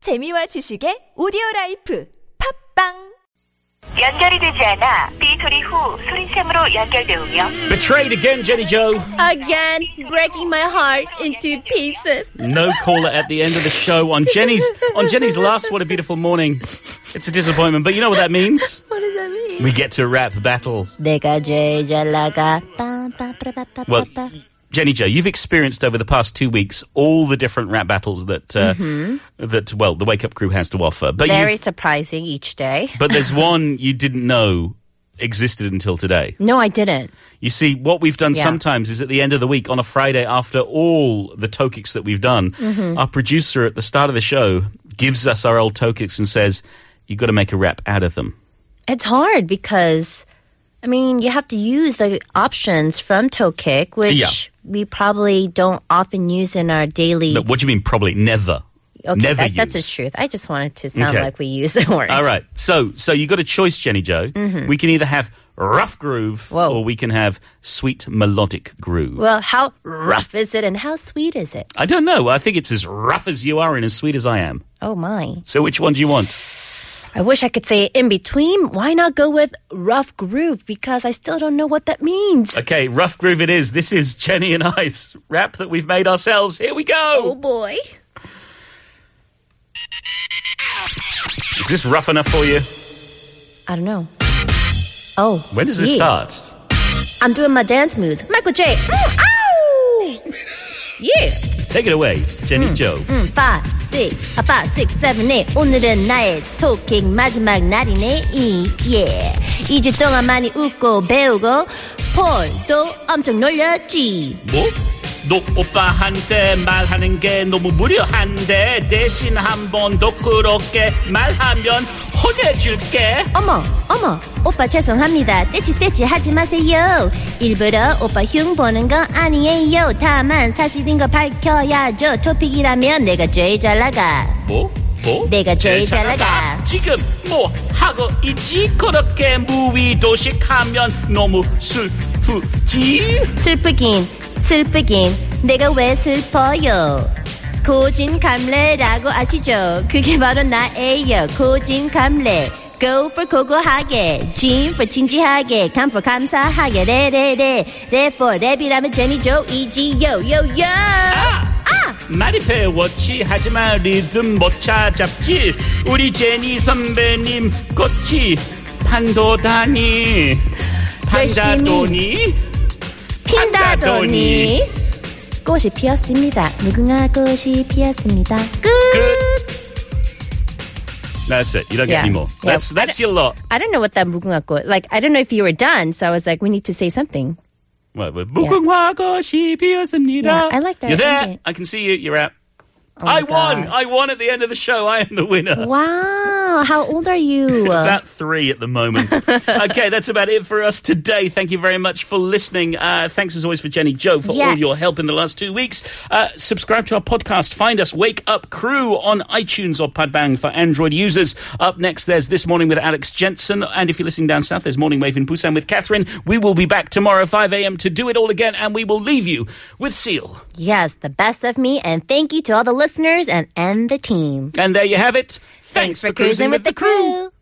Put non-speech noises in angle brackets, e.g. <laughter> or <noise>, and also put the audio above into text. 재미와 지식의 오디오 라이프 팝빵 연결이 되지 않아 삐소리 후 소리샘으로 연결되으며 Betrayed again, Jenny Joe. again, breaking my heart into pieces. No caller at the end of the show on Jenny's on Jenny's last. What a beautiful morning. It's a disappointment, but you know what that means. What does that mean? We get to rap battles. 내가 제일 잘 나가. 빰, 빰, 빠라바빠빠빠. Well, Jenny Joe, you've experienced over the past two weeks all the different rap battles that uh, that well the Wake Up Crew has to offer. But Mm-hmm. Very you've- surprising each day. but there's one you didn't know existed until today. No, I didn't. You see, what we've done Yeah. sometimes is at the end of the week on a Friday after all the tokics that we've done, Mm-hmm. our producer at the start of the show gives us our old tokics and says, "You got to make a rap out of them." It's hard because, I mean, you have to use the options from Toe Kick, which Yeah. we probably don't often use in our daily. No, what do you mean? Probably never. okay, never that- that's the use. truth. I just wanted to sound Okay. like we use the word. All right. So, so you got a choice, Jenny Joe. We can either have rough groove, Mm-hmm. Whoa. or we can have sweet melodic groove. Well, how rough is it and how sweet is it? I don't know. I think it's as rough as you are and as sweet as I am. Oh, my. So, which one do you want? I wish I could say in between. Why not go with rough groove? Because I still don't know what that means. Okay, rough groove it is. This is Jenny and I's rap that we've made ourselves. Here we Oh go. boy. Is this rough enough for you? I don't know. Oh. When does this yeah. start? I'm doing my dance moves. Michael J. Mm, ow! Yeah. Mm, Take it away, Jenny Hmm. Joe. 음, 5, 6, 아, 5, 6, 7, 8. 오늘은 나의 토킹 마지막 날이네. 이, 예. 2주 동안 많이 웃고 배우고 폴도 엄청 놀렸지. 뭐? 너 오빠한테 말하는 게 너무 무료한데 대신 한 번 더 그렇게 말하면 혼내줄게. 어머, 어머, 오빠 죄송합니다. 떼치떼치 하지 마세요. 일부러 오빠 흉 보는 건 아니에요. 다만 사실인 거 밝혀야죠. 토픽이라면 내가 제일 잘 나가. 뭐? 뭐? 내가 제일 잘 나가. 지금 뭐 하고 있지? 그렇게 무위도식하면 너무 슬프지? 슬프긴, 슬프긴, 내가 왜 슬퍼요? 고진감래라고 아시죠? 그게 바로 나예요. 고진감래. Go for 고고하게, 진 for 진지하게, 감 for 감사하게, 레레레, 레 for 랩이라면 제니 조이지 요요요. 아! 많이 배웠지 하지만 리듬 못 찾았지 우리 제니 선배님 꽃이 판도다니 판다도니 핀다더니 판다더니. 꽃이 피었습니다. 누군가 꽃이 피었습니다. 끝. good That's it. You don't get Yeah. any more. Yeah. That's that's your lot. I don't know what that 무궁화 꽃. Like I don't know if you were done, so I was like, we need to say something. Well, well, 무궁화꽃이 피었습니다. Yeah, I like that. You're I like it. there. Oh I can see you. You're out. my I won. God. I won at the end of the show. I am the winner. Wow, how old are <laughs> you? About three at <laughs> the moment. okay, that's about it for us today. Thank you very much for listening. Uh, thanks as always for Jenny Joe for all Yes. your help in the last two weeks. Uh, subscribe to our podcast. Find us Wake Up Crew on iTunes or Padbang for Android users. Up next, there's This Morning with Alex Jensen. And if you're listening down south, there's Morning Wave in Busan with Catherine. We will be back tomorrow, 5 a.m., to do it all again. And we will leave you with Seal. yes, the best of me, and thank you to all the listeners and and the team. And there you have it. crew.